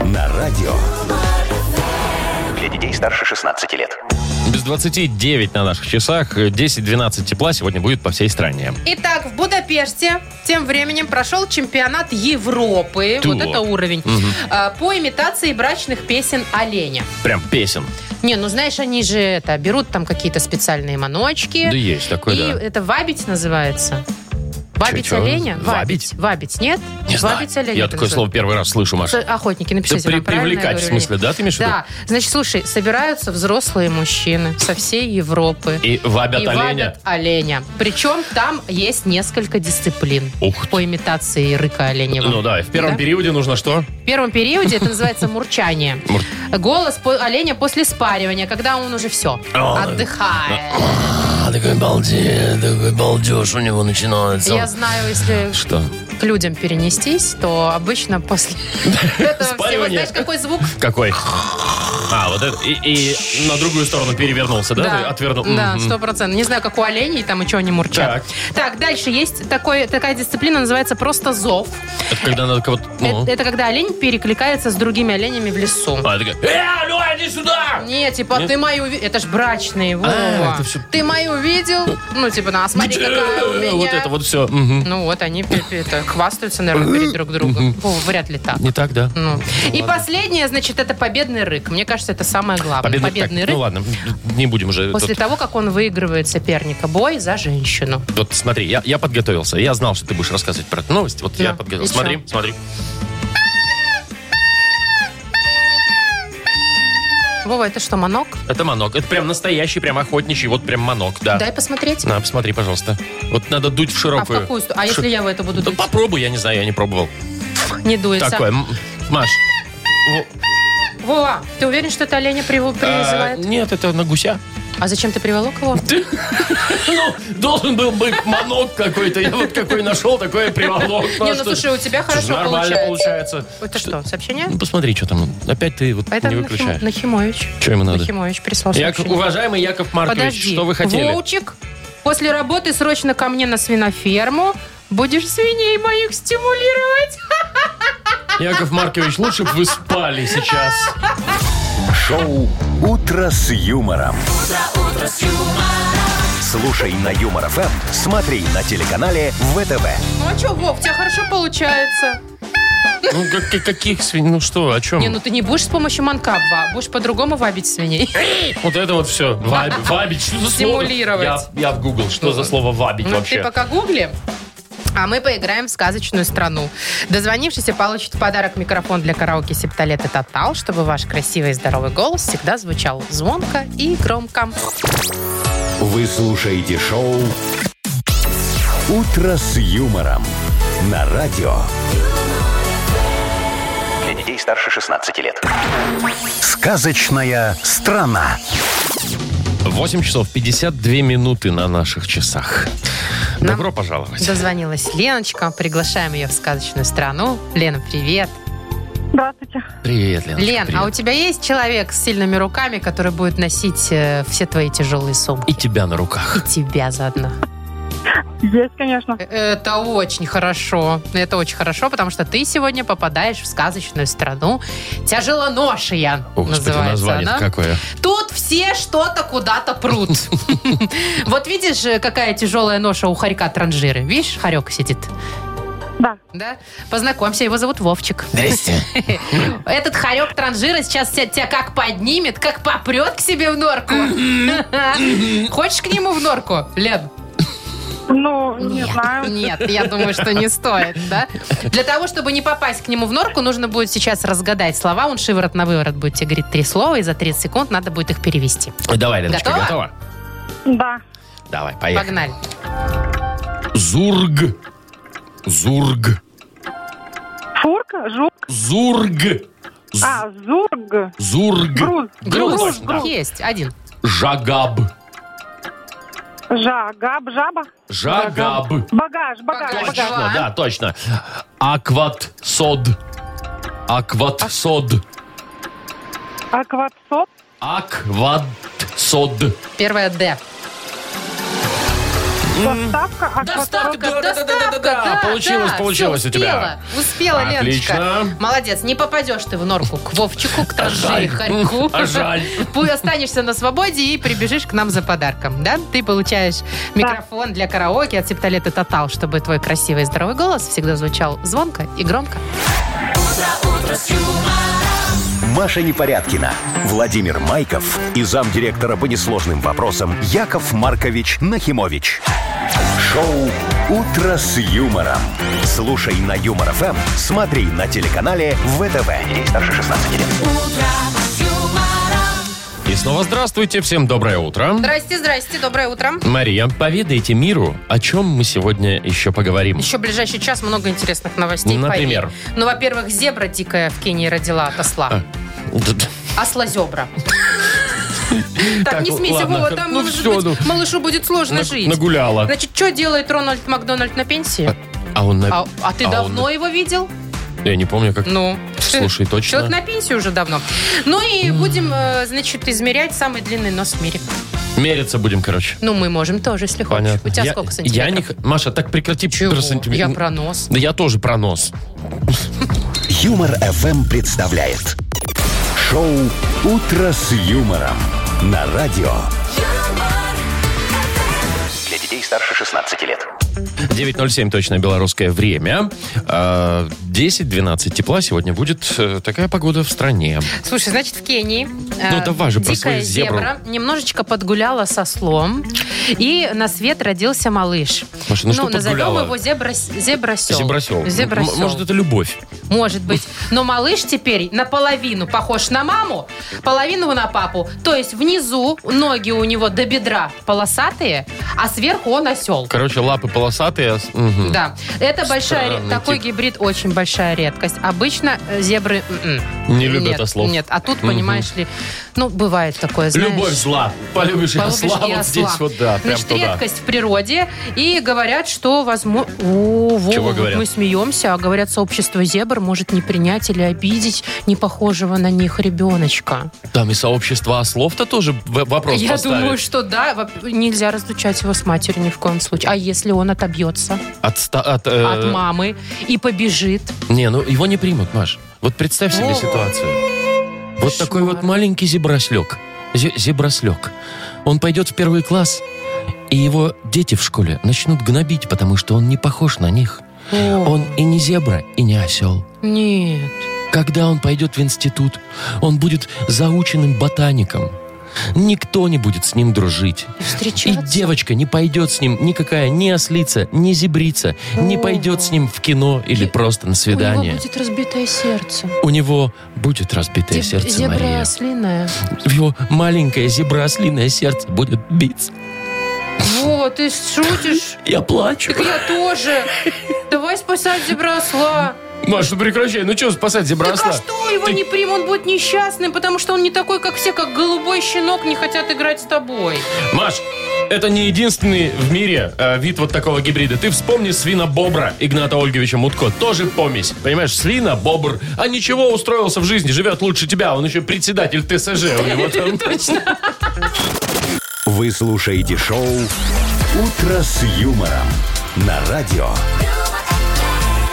На радио. Для детей старше 16 лет. Без 29 на наших часах, 10-12 тепла сегодня будет по всей стране. Итак, в Будапеште тем временем прошел чемпионат Европы. Ту. Вот это уровень. А, По имитации брачных песен оленя. Прям песен. Не, ну знаешь, они же это берут там какие-то специальные маночки. Да есть такое, и да. это вабить называется. Вабить чё? оленя? Вабить? Вабить, Вабить, нет? Не знаю. вабить оленя. Я это такое слово называется. первый раз слышу, Маша. Охотники, напишите Да при- нам, правильно я привлекать, говорю в или смысле, нет. да, ты имеешь в виду? Да. Значит, слушай, собираются взрослые мужчины со всей Европы. И вабят И оленя. вабят оленя. Причем там есть несколько дисциплин Ух ты. по имитации рыка оленева. Ну да, и в первом Да? периоде нужно что? В первом периоде это называется мурчание. Мур- Голос по- оленя после спаривания, когда он уже все А. отдыхает. А, такой балдеж, такой балдеж у него начинается. Я знаю, если Что? к людям перенестись, то обычно после этого всего, Спаривания. знаешь, какой звук? Какой? А, вот это. И, и на другую сторону перевернулся, да? Ты Отвернул. Да, Мгм. сто процентов. Не знаю, как у оленей там и что они мурчат. Так, дальше есть такой, такая дисциплина, называется просто зов. Это когда надо кого-то... ну. Это, это когда олень перекликается с другими оленями в лесу. А, такая, э, ну, иди сюда! Не, типа, Нет? А, ты мою... ви- Это ж брачные, Вова. это всё- Ты мою увидел? Ну, типа, на, смотри, какая у меня. Вот это вот все. Ну вот, они пе- пе- это, хвастаются, наверное, перед друг другом. Вова, вряд ли так. Не так, да? Ну. И последнее, значит, это победный рык. Мне кажется, это самое главное. Победный, А, Победный, так, рык. Ну ладно, не будем уже. После тут- того, как он выигрывает соперника, бой за женщину. Вот смотри, я, я подготовился. Я знал, что ты будешь рассказывать про эту новость. Вот я Ну, подготовился. и чё? Смотри, смотри. Вова, это что, манок? Это манок. Это прям настоящий, прям охотничий. Вот прям манок, да. Дай посмотреть. На, посмотри, пожалуйста. Вот надо дуть в А в широкую. какую сто- А Ши- если я в это буду Да дуть? попробуй, я не знаю, я не пробовал. Не дуется. Такое, м, Маш. во- Вова, ты уверен, что это оленя приву- а, призывает? нет, это на гуся. А зачем ты приволок его? Ну, должен был быть манок какой-то. Я вот какой нашел, такое приволок. а Не, ну слушай, у тебя хорошо Нормально получается. Это что, сообщение? Ну, посмотри, что там. Опять ты вот Это не Нахим- выключаешь. Нахимович. Что ему надо? Нахимович прислал Яков- сообщение. уважаемый Яков Маркович, Подожди. что вы хотели? Вовчик, после работы срочно ко мне на свиноферму. Будешь свиней моих стимулировать. Яков Маркович, лучше бы вы спали сейчас. Шоу «Утро с юмором». Слушай на Юмор ФМ, смотри на телеканале ВТВ. Ну а что, Вов, у тебя хорошо получается. Ну, как- как- каких свиней? Ну что, о чем? Не, ну ты не будешь с помощью манка, ва- будешь по-другому вабить свиней. Вот это вот все. вабить. Что за слово? Стимулировать. Я, я в Google. Что за слово вабить Ну, вообще? Ты пока гугли. А мы поиграем в сказочную страну. Дозвонившийся получит в подарок микрофон для караоке септолета Тотал, чтобы ваш красивый и здоровый голос всегда звучал звонко и громко. Вы слушаете шоу «Утро с юмором» на радио. Для детей старше 16 лет. Сказочная страна. 8 часов 52 минуты на наших часах. Нам- Добро пожаловать. Дозвонилась Леночка. Приглашаем ее в сказочную страну. Лена, привет. Здравствуйте. Привет, Леночка. Лен, привет. а у тебя есть человек с сильными руками, который будет носить э, все твои тяжелые сумки? И тебя на И руках. тебя заодно. Есть, конечно. Это очень хорошо. Это очень хорошо, потому что ты сегодня попадаешь в сказочную страну. Тяжелоношия О, господи, называется название она. какое. Тут все что-то куда-то прут. Вот видишь, э, какая тяжелая ноша у хорька транжиры. Видишь, хорек сидит. Да. Да? Познакомься, его зовут Вовчик. Здрасте. Этот хорек транжира сейчас тебя, тебя как поднимет, как попрет к себе в норку. Хочешь к нему в норку, Лен? Ну, не знаю. Нет, я думаю, что не стоит, да? Для того, чтобы не попасть к нему в норку, нужно будет сейчас разгадать слова. Он шиворот на выворот будет тебе говорить три слова, и за 30 секунд надо будет их перевести. Давай, Леночка, Готова? готова? Да. Давай, поехали. Погнали. Зург. Зург. Фурка, жук. Зург. З- А, зург. Зург. Груз. Груз, Груз. да. Есть. Один. Жагаб. Жагаб, жаба. Жагаб. Багаж, багаж, багаж. Точно, да, точно. Акватсод. Акватсод. А Акватсоп. Акватсод. Первая Д. а Доставка. Доставка, Акватсоп. да, да, да, да, да, да, да. А, Получилось, да, получилось всё у тебя. Успела, успела Отлично. А Леночка. Молодец, не попадешь ты в норку к Вовчику, к жаль. Транжире, Харьку. А жаль. Пу- Останешься на свободе и прибежишь к нам за подарком, да? Ты получаешь микрофон для караоке от Септолета Тотал, чтобы твой красивый и здоровый голос всегда звучал звонко и громко. Маша Непорядкина, Владимир Майков и замдиректора по несложным вопросам Яков Маркович Нахимович. Шоу «Утро с юмором». Слушай на Юмор ФМ, смотри на телеканале ВТВ. Здесь старше 16 лет. И снова здравствуйте, всем доброе утро. Здрасте, здрасте, доброе утро. Мария, поведайте миру, о чем мы сегодня еще поговорим. Еще в ближайший час много интересных новостей. Например? А. Поверь. Ну, во-первых, зебра дикая в Кении родила от осла. Осла зебра. Так, не л- смейся, ладно. Вова, там Ну может всё, ну. быть, малышу будет сложно Наг- жить. нагуляла. Значит, что делает Рональд Макдональд на пенсии? А он на... А, а ты а он- давно его видел? Я не помню, как... Ну. Слушай, точно. Человек на пенсии уже давно. Ну и будем, э, значит, измерять самый длинный нос в мире. Мериться будем, короче. Ну, мы можем тоже, если хочешь. Понятно. У тебя Я- сколько Я не... сантиметров? х- Маша, так прекрати Чего? про сантиметр. Я про нос. Да я тоже про нос. Юмор ФМ представляет. Шоу «Утро с юмором» на радио. Для детей старше 16 лет. 9.07 точно белорусское время. А, 10-12 тепла сегодня будет. э, Такая погода в стране. Слушай, значит, в Кении э, Ну, давай же про дикая свою зебру. зебра немножечко подгуляла со слом, и на свет родился малыш. Маша, ну что подгуляла? назовем его зебра, зебрасел. Зебрасел. Зебрасел. М- Может, это любовь. Может быть. Но малыш теперь наполовину похож на маму, половину на папу. То есть внизу ноги у него до бедра полосатые, а сверху он осел. Короче, лапы полосатые. а с- мгм. Да, это большая ре- Странный такой тип. гибрид очень большая редкость. Обычно э, зебры м-м. Не любят нет, ослов. Нет, а тут Мгм. понимаешь ли, ну бывает такое. Знаешь, Любовь зла. Полюбишь и Полубишь осла, вот и осла. здесь вот, да, прям Значит, туда. редкость в природе. И говорят, что возможно... О, Вова, Чего вот говорят? мы смеемся, а говорят, сообщество зебр может не принять или обидеть непохожего на них ребеночка. Там и сообщество ослов-то тоже в- вопрос Я поставит. думаю, что да, воп- нельзя разлучать его с матерью ни в коем случае. А если он отобьется От, ста- от, э, от мамы и побежит? Не, ну его не примут, Маш. Вот представь себе О. ситуацию. Вот такой вот Кошмар. маленький зебраслек. Зе- зебраслек. Он пойдет в первый класс, и его дети в школе начнут гнобить, потому что он не похож на них. О, Он и не зебра, и не осел. Нет. Когда он пойдет в институт, он будет заученным ботаником. Никто не будет с ним дружить. И Встречаться? девочка не пойдет с ним никакая ни ослица, ни зебрица, не О. пойдет с ним в кино или И- просто на У него свидание. будет разбитое сердце. У него будет разбитое Зеб- сердце, Зебра Мария. ослиная. Его маленькое зебра-ослиное сердце будет биться. Вова, ты шутишь? Я плачу. Так я тоже. Давай спасать зебра осла. Маш, ну прекращай. Ну что, спасать зебра Так а осла? что, его не прим, он будет несчастным, потому что он не такой, как все, как голубой щенок, не хотят играть с тобой. Маш, это не единственный в мире э, вид вот такого гибрида. Ты вспомни свина-бобра Игната Ольговича Мутко. Тоже помесь. Понимаешь, свина-бобр. А ничего, устроился в жизни, живет лучше тебя. Он еще председатель ТСЖ. У него там. Вы слушаете шоу «Утро с юмором» на радио.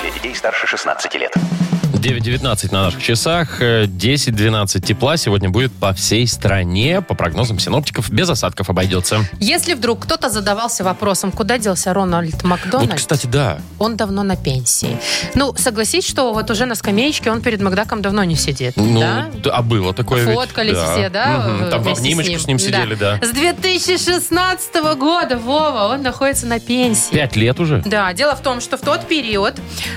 Для детей старше 16 лет. 9.19 на наших часах. Э, 10-12 тепла сегодня будет по всей стране. По прогнозам синоптиков, без осадков обойдется. Если вдруг кто-то задавался вопросом, куда делся Рональд Макдональд, Вот, кстати, да. он давно на пенсии. Ну, согласись, что вот уже на скамеечке он перед Макдаком давно не сидит, Ну, да? да, а было такое ведь. Фоткались все, да? Мгм. Там в вместе обнимочку с ним сидели, да. С 2016 года, Вова, он находится на пенсии. Пять лет уже. Да, дело в том, что в тот период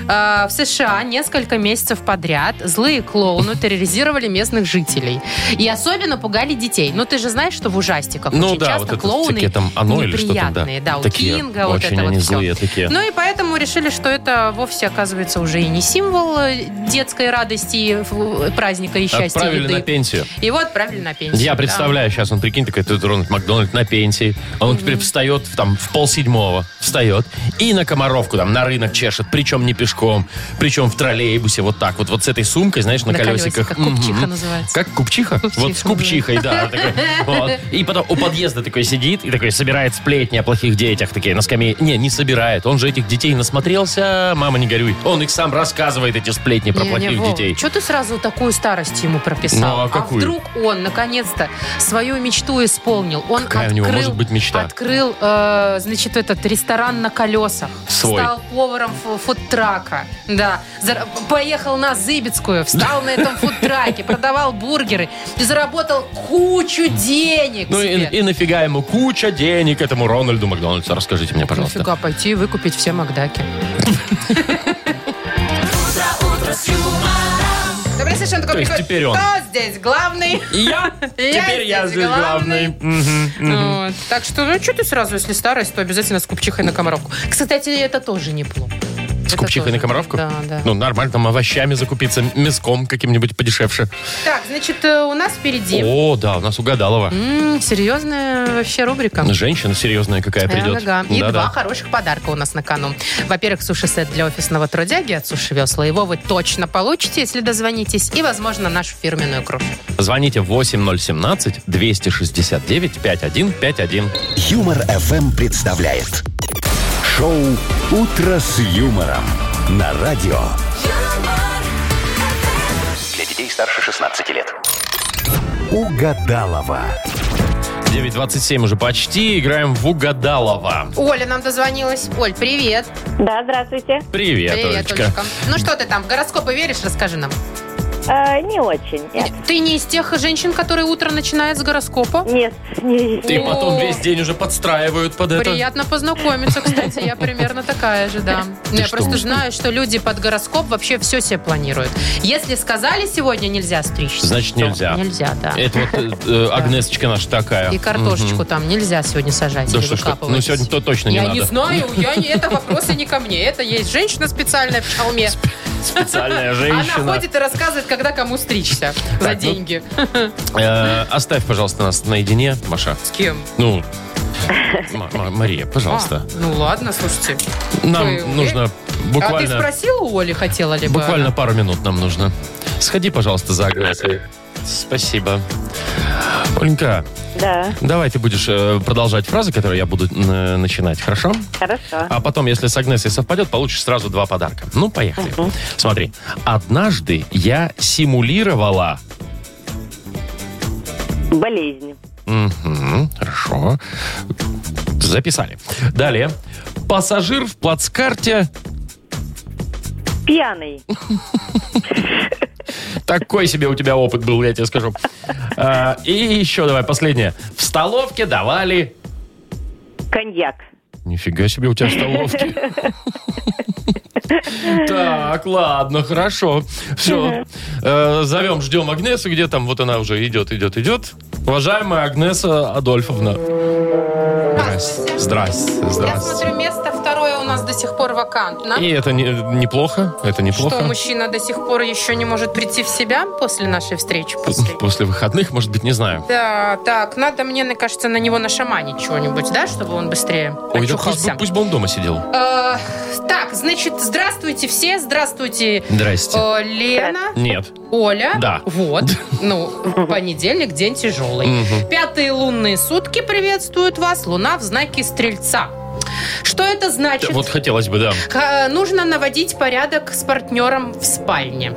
э, в США несколько месяцев подряд злые клоуны терроризировали местных жителей. И особенно пугали детей. Ну, ты же знаешь, что в ужастиках Ну очень да, часто вот это клоуны всякие там «Оно» или что-то, да. неприятные. Да, у Такие Кинга, вот очень это они вот всё. злые такие. Ну и поэтому решили, что это вовсе, оказывается, уже и не символ э, детской радости, и ф- праздника и счастья. Отправили еды. на пенсию. Его отправили на пенсию. Я да. представляю, сейчас он, прикинь, такой, тут Рональд Макдональд на пенсии, а он теперь встает в, там в полседьмого, встает и на Комаровку там на рынок чешет, причем не пешком, причем в троллейбусе, вот так вот, вот с этой сумкой, знаешь, на, На колесиках. колесиках, купчиха Мгм. называется. Как, купчиха? Купчиха вот с купчихой, да. такой, вот. И потом у подъезда такой сидит и такой собирает сплетни о плохих детях, такие на скамье. Не, не собирает, он же этих детей насмотрелся, мама не горюй. Он их сам рассказывает, эти сплетни про плохих детей. Что ты сразу такую старость ему прописал? Ну, а какую? вдруг он наконец-то свою мечту исполнил? Он Какая у открыл, него может быть мечта? Открыл, э, значит, этот ресторан на колесах. Свой. Стал поваром фу- фудтрака. Да. Зар- Поехал на Зыбецкую, встал на этом фудтраке, продавал бургеры и заработал кучу денег. Ну и, себе. и нафига ему куча денег этому Рональду Макдональдсу? Расскажите мне, пожалуйста. Нафига пойти и а выкупить все Макдаки. Добрый совершенно такой То есть приходит, теперь он. Кто здесь главный? Я? Теперь я здесь главный. Мгм, мгм. Вот. Так что, ну, что ты сразу, если старость, то обязательно с купчихой на комаровку. Кстати, это тоже неплохо. С Это купчихой тоже. на комаровку? Да, да. Ну, нормально, там овощами закупиться, мяском каким-нибудь подешевше. Так, значит, э, у нас впереди О, да, у нас угадалова. м, серьезная вообще рубрика. Женщина серьезная какая придет. Ага, ага. И А Да-да. два хороших подарка у нас на кону. Во-первых, суши-сет для офисного трудяги от Суши Весла. Его вы точно получите, если дозвонитесь. И, возможно, нашу фирменную кружку. Звоните 8017-269-5151. Юмор FM представляет шоу Утро с юмором на радио. Для детей старше 16 лет. Угадалова. 9.27 уже почти. Играем в угадалова. Оля нам дозвонилась. Оль, привет. Да, здравствуйте. Привет, Олечка. Ну что ты там, в гороскопы веришь? Расскажи нам. Э, не очень, нет. Ты не из тех женщин, которые утро начинают с гороскопа? Нет, не, И не- потом О. весь день уже подстраивают под это. Приятно познакомиться, кстати, я примерно такая же, да. Ну, Я что, просто ты- знаю, что люди под гороскоп вообще все себе планируют. Если сказали сегодня нельзя стричься, Значит, то нельзя. Нельзя, да. Это вот э, э, Агнесочка наша такая. И картошечку Мгм. там нельзя сегодня сажать Да или что ж, ты, выкапывать. ну сегодня то точно не я надо. не знаю, я не, это вопросы не ко мне. Это есть женщина специальная в чалме. Специальная Она женщина. ходит и рассказывает, когда кому стричься за Так, ну- деньги. Э, Оставь, пожалуйста, нас наедине, Маша. С кем? Ну, М- М- Мария, пожалуйста. А, ну ладно, слушайте. вы- Нам нужно А ты буквально... спросила у Оли, хотела ли бы Буквально она? пару минут нам нужно. Сходи, пожалуйста, за Агнесой. Спасибо. Оленька, Да, давай ты будешь э, продолжать фразы, которые я буду э, начинать, хорошо? хорошо. А потом, если с Агнесой совпадет, получишь сразу два подарка. Ну, поехали. Смотри. Однажды я симулировала... Болезнь. Мгм, хорошо. Записали. Далее. Пассажир в плацкарте Пьяный. Такой себе у тебя опыт был, я тебе скажу. А, И еще давай последнее. В столовке давали... Коньяк. Нифига себе у тебя столовки. Так, ладно, хорошо. Все. Зовем, ждем Агнесу. Где там? Вот она уже идет, идет, идет. Уважаемая Агнеса Адольфовна. А, Здрасте, здрасте, Я здрасте. смотрю, место второе у нас до сих пор вакантно. И это не- неплохо, это неплохо. Что мужчина до сих пор еще не может прийти в себя после нашей встречи? После. После выходных, может быть, не знаю. Да, так, надо мне, на- кажется, на него нашаманить чего-нибудь, да, чтобы он быстрее Ой, да пусть, очухался. бы- пусть бы он дома сидел. Э, так, значит, здравствуйте все, здравствуйте, Здрасте. э, Лена, Нет. Оля. Да. Вот, ну, понедельник, день тяжелый. Мгм. Пятые лунные сутки приветствуют вас, луна в знаке Стрельца. Что это значит? Вот хотелось бы, да. К- Нужно наводить порядок с партнером в спальне.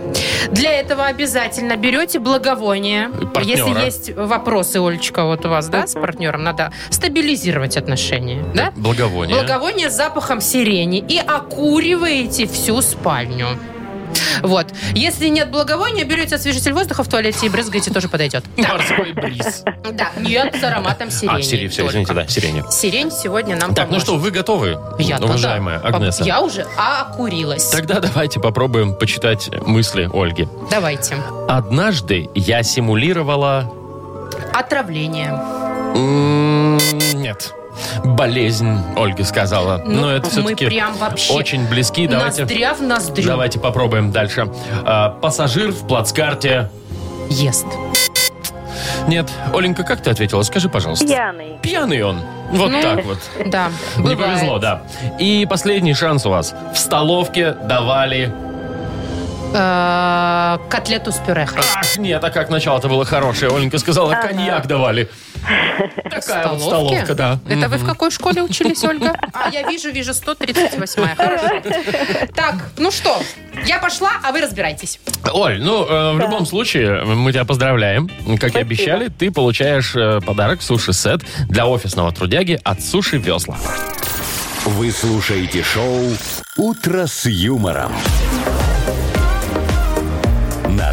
Для этого обязательно берете благовоние. Партнера. Если есть вопросы, Олечка, вот у вас, да, с партнером, надо стабилизировать отношения, да? Благовоние. Благовоние с запахом сирени и окуриваете всю спальню. Вот. Если нет благовония, берете освежитель воздуха в туалете и брызгаете, тоже подойдет. Морской бриз. Да, нет с ароматом сирени. А, сирень, все, только. извините, да, сирень. Сирень сегодня нам Так, ну поможет. что, вы готовы, Я-то да. уважаемая Агнеса? Я уже окурилась. Тогда давайте попробуем почитать мысли Ольги. Давайте. Однажды я симулировала... Отравление. м, Нет. Болезнь, Ольга сказала. Ну, Но это мы все-таки прям вообще очень близки. Давайте, Ноздря в ноздрю. давайте попробуем дальше. А, пассажир в плацкарте... Ест. Нет. Оленька, как ты ответила? Скажи, пожалуйста. Пьяный. Пьяный он. Вот Ну, так вот. Да. Не бывает. повезло, да. И последний шанс у вас. В столовке давали... Э, Котлету с пюре. Ах, нет, а как начало-то было хорошее. Оленька сказала, коньяк давали. Такая вот Столовки? столовка, да. Это вы в какой школе учились, Ольга? А, я вижу, вижу, 138-я. Хорошо. Так, ну что, я пошла, а вы разбирайтесь. Оль, ну, э, в любом случае, мы тебя поздравляем. Как и обещали, ты получаешь э, подарок суши-сет для офисного трудяги от Суши Весла. Вы слушаете шоу «Утро с юмором». На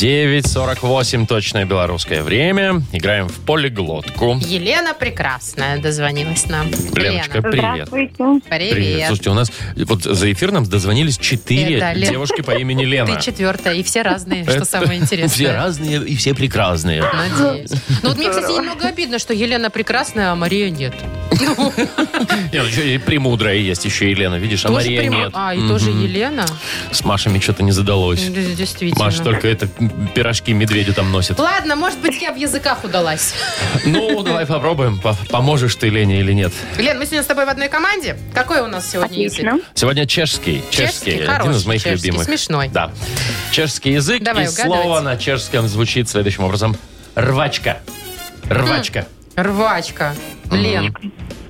9.48 точное белорусское время. Играем в полиглотку. Елена прекрасная дозвонилась нам. Леночка, Лена, привет. Здравствуйте. привет. Привет. Слушайте, у нас вот за эфир нам дозвонились четыре Это Лен. девушки по имени Лена. Ты четвертая, и все разные, Это что самое интересное. Все разные и все прекрасные. Надеюсь. Ну вот мне, кстати, немного обидно, что Елена прекрасная, а Мария нет. Ну, Нет, еще и премудрая есть еще Елена, видишь, а тоже Мария прям- нет. А, и тоже Елена? С Машами что-то не задалось. Д- Действительно. Маш только это м, пирожки медведю там носит. Ладно, может быть, я в языках удалась. Ну, давай попробуем, по- поможешь ты Лене или нет. Лен, мы сегодня с тобой в одной команде. Какой у нас сегодня язык? Отлично. Сегодня чешский. Чешский. Чешский, один из хороший моих чешский, любимых. смешной. Да. Чешский язык Давай, и угадывайте. слово на чешском звучит следующим образом. Рвачка. Рвачка. Рвачка. Лен.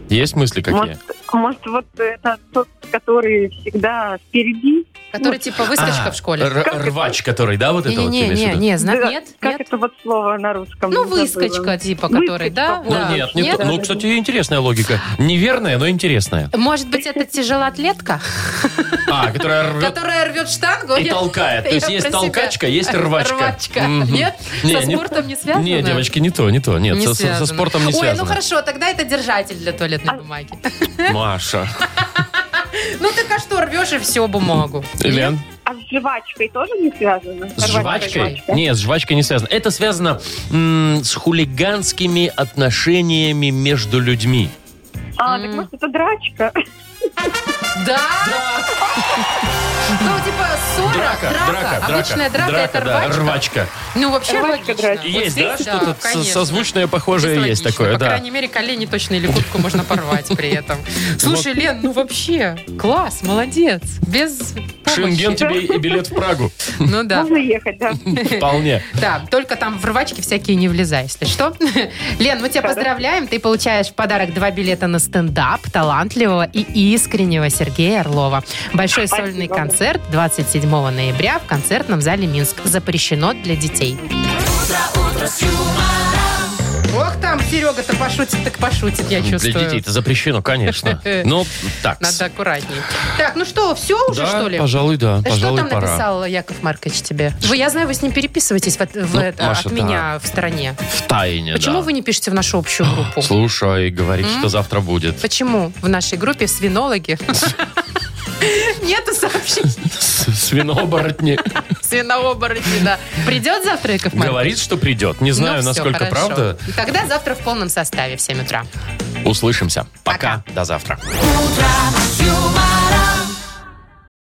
Есть мысли какие? Может, может, вот это тот, который всегда впереди? Который А, типа выскочка в школе. р- рвач, который, да, вот это вот ты Не-не-не, имеешь в не, виду? не, зна- Да, нет, Как нет. это вот слово на русском? Ну, Забыла. выскочка, типа, который, да? Выскочка, Ну, вот. Да. нет, не Нет? то. ну, кстати, интересная логика. Неверная, но интересная. Может быть, это тяжелоатлетка, А, которая рвет которая рвет штангу? и Я- толкает. То я есть есть про себя. толкачка, есть рвачка. Рвачка. Мгм. Нет? Не, Со не- спортом не связано? Не, девочки, не то, не то. Нет, Не со, со- со связано. спортом не Ой, связано. ну хорошо, тогда это держатель для А туалетной бумаги. Маша. Ну так а что, рвешь и все бумагу. Лен? А с жвачкой тоже не связано? С жвачкой? жвачка. Нет, с жвачкой не связано. Это связано м, с хулиганскими отношениями между людьми. А, так может, это драчка? Да? Ну типа ссора, Драка, драка. драка, драка. Обычная драка, это да, рвачка. рвачка. Ну вообще Рвачка, логично. драка. Вот Есть, да, здесь, что-то со- конечно. созвучное похожее Здесь есть логично. такое, По да. крайней мере, колени точно или куртку можно порвать при этом. Слушай, Лен, ну вообще, класс, молодец. Без Шенген помощи. тебе и билет в Прагу. Ну да. Можно ехать, да? Вполне. Да, только там в рвачки всякие не влезай, если что. Лен, мы тебя поздравляем. Ты получаешь в подарок два билета на стендап талантливого и искреннего Сергея Орлова. Большой Спасибо. сольный концерт 27 ноября в концертном зале Минск. Запрещено для детей. Ох, там Серега-то пошутит, так пошутит, я Ну, Для чувствую. детей это запрещено, конечно. Ну, так. Надо аккуратней. Так, ну что, все уже, Да, что ли? Э, пожалуй, да. Что Пожалуй, там пора. написал Яков Маркович тебе? Вы, я знаю, вы с ним переписываетесь в- в Ну, это- Маша, да. от меня в стороне. В тайне, Почему да. вы не пишете в нашу общую группу? Слушай, говорит, что завтра будет. Почему в нашей группе свинологи нету сообщений? Свинооборотни. Свинооборотни, да. Придет завтра Яков Маркович? Говорит, что придет. Не Ну, знаю, всё, насколько хорошо. правда. Тогда завтра в полном составе в 7 утра. Услышимся. Пока. Пока. До завтра. Юмор.